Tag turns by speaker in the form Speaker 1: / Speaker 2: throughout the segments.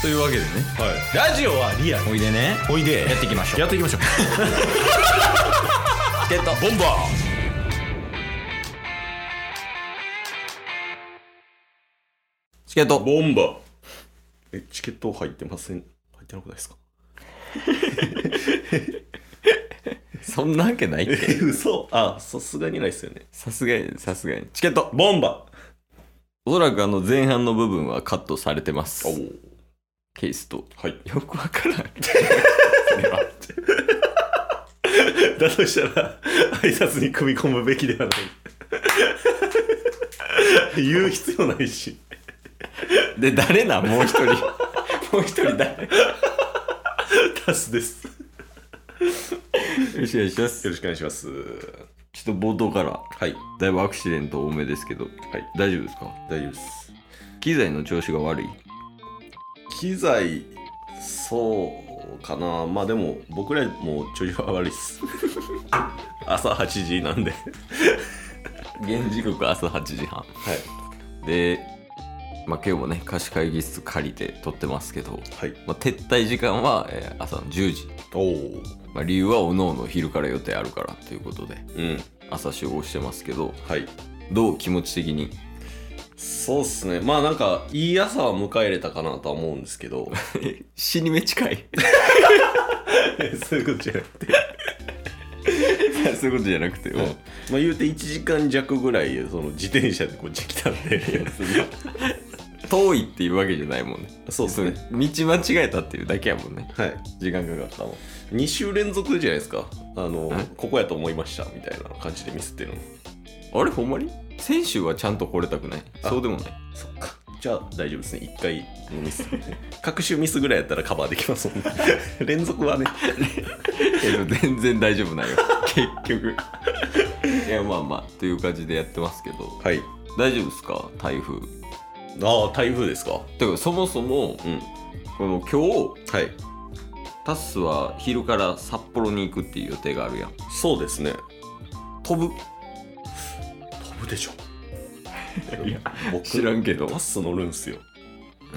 Speaker 1: というわけでね
Speaker 2: はい、ラジオはリアル
Speaker 1: おいでね
Speaker 2: おいで
Speaker 1: やっていきましょう
Speaker 2: やっていきましょう
Speaker 1: ゲット
Speaker 2: ボンバ
Speaker 1: チケット
Speaker 2: ーボンバーえチケット入ってません入ってなくないですか
Speaker 1: そんなわけないって
Speaker 2: え嘘あさすがにないっすよね
Speaker 1: さすがにさすがにチケット
Speaker 2: ボンバ
Speaker 1: おそらくあの前半の部分はカットされてます
Speaker 2: ーお
Speaker 1: ケースと
Speaker 2: はい
Speaker 1: よくわからん
Speaker 2: だとしたら挨拶に組み込むべきではない 言う必要ないし
Speaker 1: で誰なもう一人もう一人誰
Speaker 2: タスですよ
Speaker 1: よろしくお願いします
Speaker 2: ろしくお願いします
Speaker 1: ちょっと冒頭から
Speaker 2: はい
Speaker 1: だいぶアクシデント多めですけど、はい、大丈夫ですか
Speaker 2: 大丈夫です
Speaker 1: 機材の調子が悪い
Speaker 2: 機材そうかなまあでも僕らも調子は悪いっす朝8時なんでは
Speaker 1: 現時刻朝8時半
Speaker 2: い
Speaker 1: で、まあ、今日もね貸し会議室借りて撮ってますけど、
Speaker 2: はい
Speaker 1: まあ、撤退時間は、えー朝の10時、
Speaker 2: おお
Speaker 1: まあ、理由はおのおの昼から予定あるからということで
Speaker 2: うん
Speaker 1: 朝集合してますけど
Speaker 2: はい
Speaker 1: どう気持ち的に
Speaker 2: そうっすねまあなんかいい朝は迎え入れたかなとは思うんですけど
Speaker 1: 死に目近い
Speaker 2: そういうことじゃなくて
Speaker 1: そういうことじゃなくて、
Speaker 2: うんまあ言うて1時間弱ぐらいその自転車でこっち来たんで
Speaker 1: 遠いっていうわけじゃないもんね
Speaker 2: そうっすね
Speaker 1: 道間違えたっていうだけやもんね
Speaker 2: はい
Speaker 1: 時間かかったもん
Speaker 2: 2週連続じゃないですかあの
Speaker 1: ん
Speaker 2: ここやと思いましたみたいな感じでミスってるの
Speaker 1: あれほんまに先週はちゃんと来れたくない
Speaker 2: あ
Speaker 1: そうでも ない
Speaker 2: そっかじゃあ大丈夫ですね1回のミス 各種ミスぐらいやったらカバーできますもんね 連続はね
Speaker 1: けど全然大丈夫 ないよ結局いやまあまあという感じでやってますけど
Speaker 2: はい
Speaker 1: 大丈夫ですか台風
Speaker 2: ああ台風ですか
Speaker 1: てかそもそも
Speaker 2: うん
Speaker 1: この今日
Speaker 2: はい
Speaker 1: タッスは昼から札幌に行くっていう予定があるやん
Speaker 2: そうですね
Speaker 1: 飛ぶ
Speaker 2: 飛ぶで しょ
Speaker 1: いや
Speaker 2: 僕
Speaker 1: 知らんけど
Speaker 2: タス乗るんすよ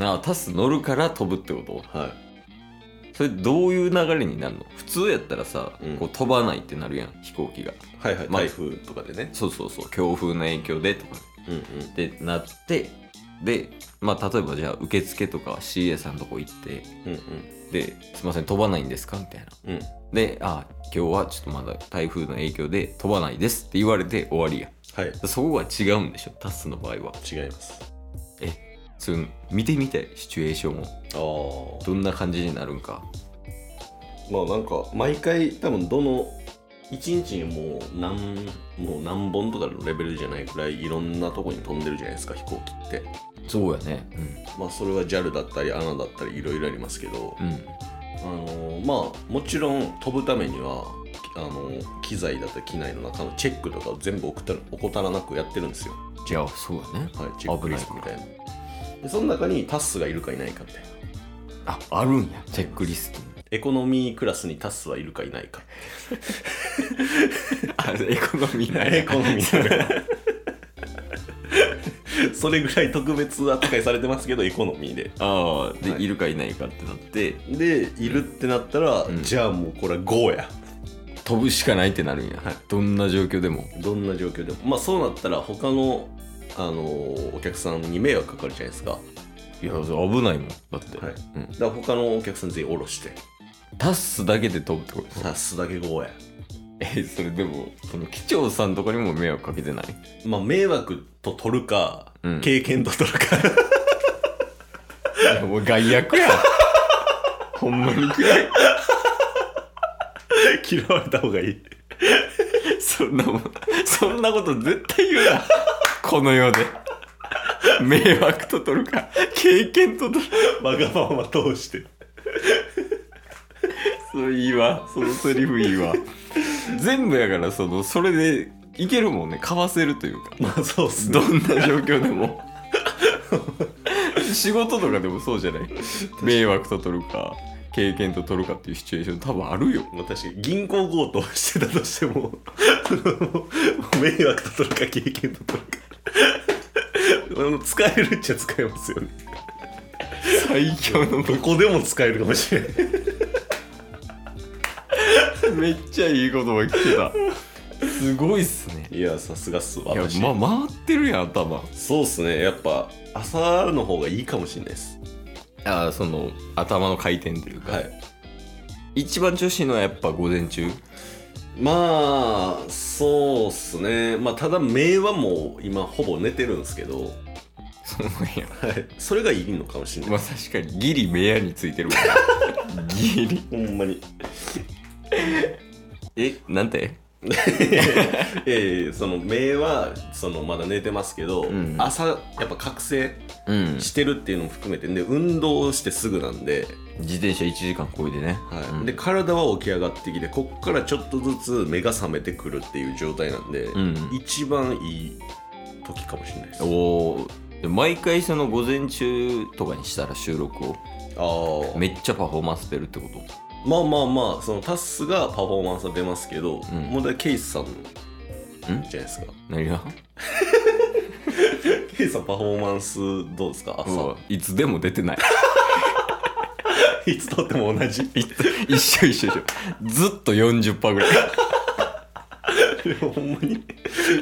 Speaker 1: ああタッス乗るから飛ぶってこと
Speaker 2: はい
Speaker 1: それどういう流れになるの普通やったらさ、
Speaker 2: うん
Speaker 1: こう飛ばないってなるやん飛行機が
Speaker 2: はいはい
Speaker 1: まあ
Speaker 2: 台風とかでね
Speaker 1: そうそうそう強風の影響でとか
Speaker 2: うんうん
Speaker 1: ってなってでまあ例えばじゃあ受付とか CA さんのとこ行って
Speaker 2: うん
Speaker 1: で「すいません飛ばないんですか?」みたいな
Speaker 2: うんうん
Speaker 1: で「あ今日はちょっとまだ台風の影響で飛ばないです」って言われて終わりや
Speaker 2: はい
Speaker 1: そこが違うんでしょタスの場合は
Speaker 2: 違います
Speaker 1: そういうの見てみたいシチュエーションを
Speaker 2: ああ
Speaker 1: どんな感じになるんか
Speaker 2: まあなんか毎回多分どの一日にもう何もう何本とかのレベルじゃないくらいいろんなとこに飛んでるじゃないですか飛行機って
Speaker 1: そうやねうん
Speaker 2: まあそれは JAL だったり ANA だったりいろいろありますけど、
Speaker 1: うん
Speaker 2: あのーまあもちろん飛ぶためにはあのー機材だったり機内の中のチェックとかを全部怠る怠らなくやってるんですよ
Speaker 1: じゃあそうやね
Speaker 2: はい、チェックリストみたいな。で、その中にタスがいるかいないかみたいな。
Speaker 1: ああるんやチェックリスト
Speaker 2: エコノミークラスにタスはいるかいないか。
Speaker 1: あエコノミーな
Speaker 2: エコノミー。 それぐらい特別扱いされてますけど、エコノミーで。
Speaker 1: ああで、
Speaker 2: はい
Speaker 1: い、るかいないかってなって
Speaker 2: で、いるってなったら、
Speaker 1: うん
Speaker 2: じゃあもうこれは GO や。
Speaker 1: 飛ぶしかないってなるんや、
Speaker 2: はい
Speaker 1: どんな状況でも
Speaker 2: どんな状況でも。まあそうなったら、他の、あのーお客さんに迷惑かかるじゃないですか。
Speaker 1: いや危ないもんだって、
Speaker 2: はい
Speaker 1: うん、
Speaker 2: だから他のお客さん全員降ろして、
Speaker 1: タッスだけで飛ぶってこと
Speaker 2: タスだけ GO や。
Speaker 1: えそれでもその機長さんとかにも迷惑かけて ない
Speaker 2: まあ迷惑と取るか、
Speaker 1: うん
Speaker 2: 経験と取るか。
Speaker 1: いやもう害悪やん ほんまに嫌い
Speaker 2: 嫌われた方がいい
Speaker 1: そんなもんそんなこと絶対言うなこの世で 迷惑と取るか経験と取る
Speaker 2: わがまま通して
Speaker 1: それいいわそのセリフいいわ全部やからそのそれでいけるもんねかわせるというか
Speaker 2: まあそうっす
Speaker 1: どんな状況で も仕事とかでもそうじゃない迷惑と取るか経験と取るかっていうシチュエーション多分あるよ
Speaker 2: 私銀行強盗してたとしても 迷惑と取るか 経験と取るかあの使えるっちゃ使えますよね
Speaker 1: 最強の
Speaker 2: どこでも使えるかもしれない
Speaker 1: めっちゃいい言葉聞けたすごいっすね
Speaker 2: いやさすがっす
Speaker 1: いや
Speaker 2: 私
Speaker 1: ま回ってるやん頭
Speaker 2: そうっすねやっぱ朝の方がいいかもしれないです
Speaker 1: あその頭の回転というか、
Speaker 2: はい
Speaker 1: 一番調子いいのはやっぱ午前中
Speaker 2: まあそうっすねまあただ目はもう今ほぼ寝てるんですけど
Speaker 1: そうなんや
Speaker 2: はいそれがいいのかもしれない、
Speaker 1: まあ確かにギリ目やについてるも んギリ
Speaker 2: ほんまに
Speaker 1: えなんて
Speaker 2: いやいやいやその目はそのまだ寝てますけど、
Speaker 1: うん
Speaker 2: 朝やっぱ覚醒
Speaker 1: うん
Speaker 2: してるっていうのも含めてで運動してすぐなんで,、
Speaker 1: 自転車1時間こいでね、
Speaker 2: はい
Speaker 1: うん
Speaker 2: で体は起き上がってきてこっからちょっとずつ目が覚めてくるっていう状態なんで、
Speaker 1: うん
Speaker 2: 一番いい時かもしれないです
Speaker 1: おお毎回その午前中とかにしたら収録を
Speaker 2: あ
Speaker 1: めっちゃパフォーマンス出るってこと
Speaker 2: あまあまあまあそのタスがパフォーマンスは出ますけど、
Speaker 1: ん
Speaker 2: 問題はケイスさんじゃ
Speaker 1: ん
Speaker 2: ないですか
Speaker 1: 何が
Speaker 2: ケイスさんパフォーマンスどうですか
Speaker 1: う
Speaker 2: 朝
Speaker 1: わいつでも出てない
Speaker 2: いつとっても同じ
Speaker 1: 一緒一緒一緒ずっと40%ぐらい
Speaker 2: ほんまに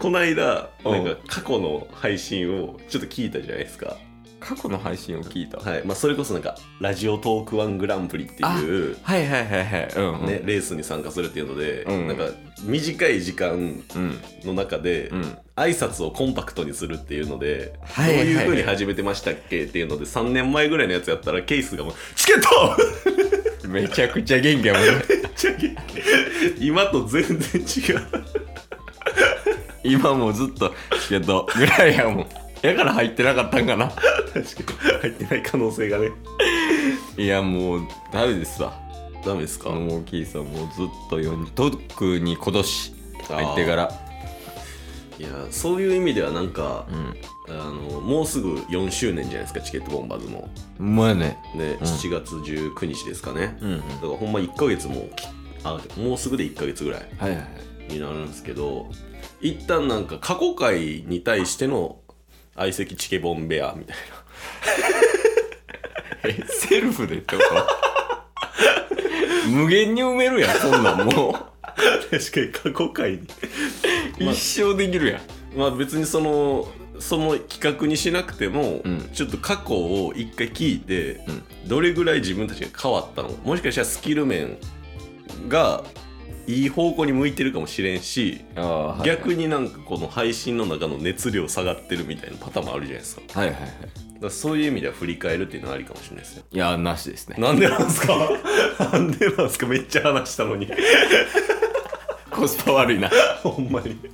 Speaker 2: この間
Speaker 1: う
Speaker 2: なんんか過去の配信をちょっと聞いたじゃないですか
Speaker 1: 過去の配信を聞いた、
Speaker 2: はいまあ、それこそなんかラジオトークワングランプリっていう、
Speaker 1: はい、はいはいはいうんうん
Speaker 2: ね、レースに参加するっていうので、
Speaker 1: うん
Speaker 2: なんか短い時間
Speaker 1: うん
Speaker 2: の中で、
Speaker 1: うん
Speaker 2: 挨拶をコンパクトにするっていうので、
Speaker 1: はい
Speaker 2: どういう
Speaker 1: はい
Speaker 2: ふうに始めてましたっけっていうので3年前ぐらいのやつやったらケースがもう「チケット!
Speaker 1: めちゃくちゃ元気やもんね
Speaker 2: めっちゃ元気」今と全然違う
Speaker 1: 今もうずっとけどぐらいやもんやから入ってなかったんかな
Speaker 2: 確かに入ってない可能性がね
Speaker 1: いやもうダメですわ
Speaker 2: ダメですか、
Speaker 1: もうキーさんもうずっと40特に今年入ってから
Speaker 2: いやそういう意味ではなんか、
Speaker 1: うん
Speaker 2: あのもうすぐ4周年じゃないですかチケットボンバーズも
Speaker 1: うまいね
Speaker 2: ね、7月19日ですかね、
Speaker 1: うんうん
Speaker 2: だからほんま1ヶ月もきあもうすぐで1ヶ月ぐらい
Speaker 1: はいはいはい
Speaker 2: になるんですけど一旦なんか過去回に対しての相席チケボンベアみたい
Speaker 1: えセルフでってこと 無限に埋めるやんそんなんも う
Speaker 2: な確かに過去回にまあ
Speaker 1: 一生できるやん
Speaker 2: まあ別にそのその企画にしなくても、
Speaker 1: うん
Speaker 2: ちょっと過去を一回聞いて、
Speaker 1: う
Speaker 2: どれぐらい自分たちが変わったのもしかしたらスキル面がいい方向に向いてるかもしれんし、
Speaker 1: ああはい
Speaker 2: 逆になんかこの配信の中の熱量下がってるみたいなパターンもあるじゃないですかだ
Speaker 1: はいはいはい
Speaker 2: からそういう意味では振り返るっていうのはありかもしれないですよ
Speaker 1: いやなしですね
Speaker 2: なんでなんすか なんでなんすかめっちゃ話したのに
Speaker 1: コスパ悪いな
Speaker 2: ほんまに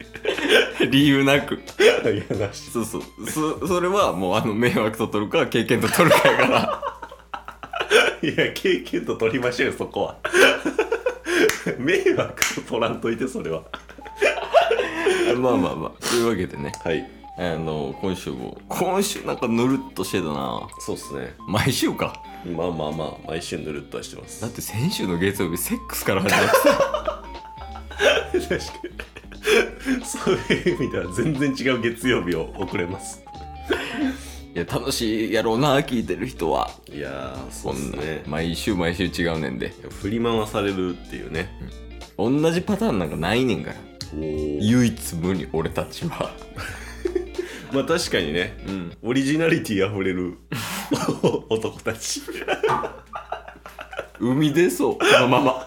Speaker 1: 理由なく
Speaker 2: 何話し
Speaker 1: そうそうそそれはもうあの迷惑と取るか経験と取るかやから
Speaker 2: いや経験と取りましょうよそこは 迷惑と取らんといてそれは
Speaker 1: まあまあまあというわけでね
Speaker 2: はい
Speaker 1: あの今週も今週なんかぬるっとしてたな
Speaker 2: そうっすね
Speaker 1: 毎週か
Speaker 2: まあまあまあ毎週ぬるっとはしてま
Speaker 1: だっ
Speaker 2: す
Speaker 1: て先週の月曜日セックスから始まってた
Speaker 2: 確かにそういう意味では全然違う月曜日を送れます
Speaker 1: いや楽しいやろうな聞いてる人はい
Speaker 2: やーそ
Speaker 1: こ
Speaker 2: うんっす
Speaker 1: な、
Speaker 2: ね
Speaker 1: 毎週毎週違うねんで
Speaker 2: 振り回されるっていうね、
Speaker 1: 同じパターンなんかないねんから
Speaker 2: い
Speaker 1: 唯一無二俺たちは
Speaker 2: まあ確かにね
Speaker 1: うん
Speaker 2: オリジナリティあふれる 男たち
Speaker 1: 生み出そうこのまま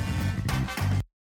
Speaker 3: す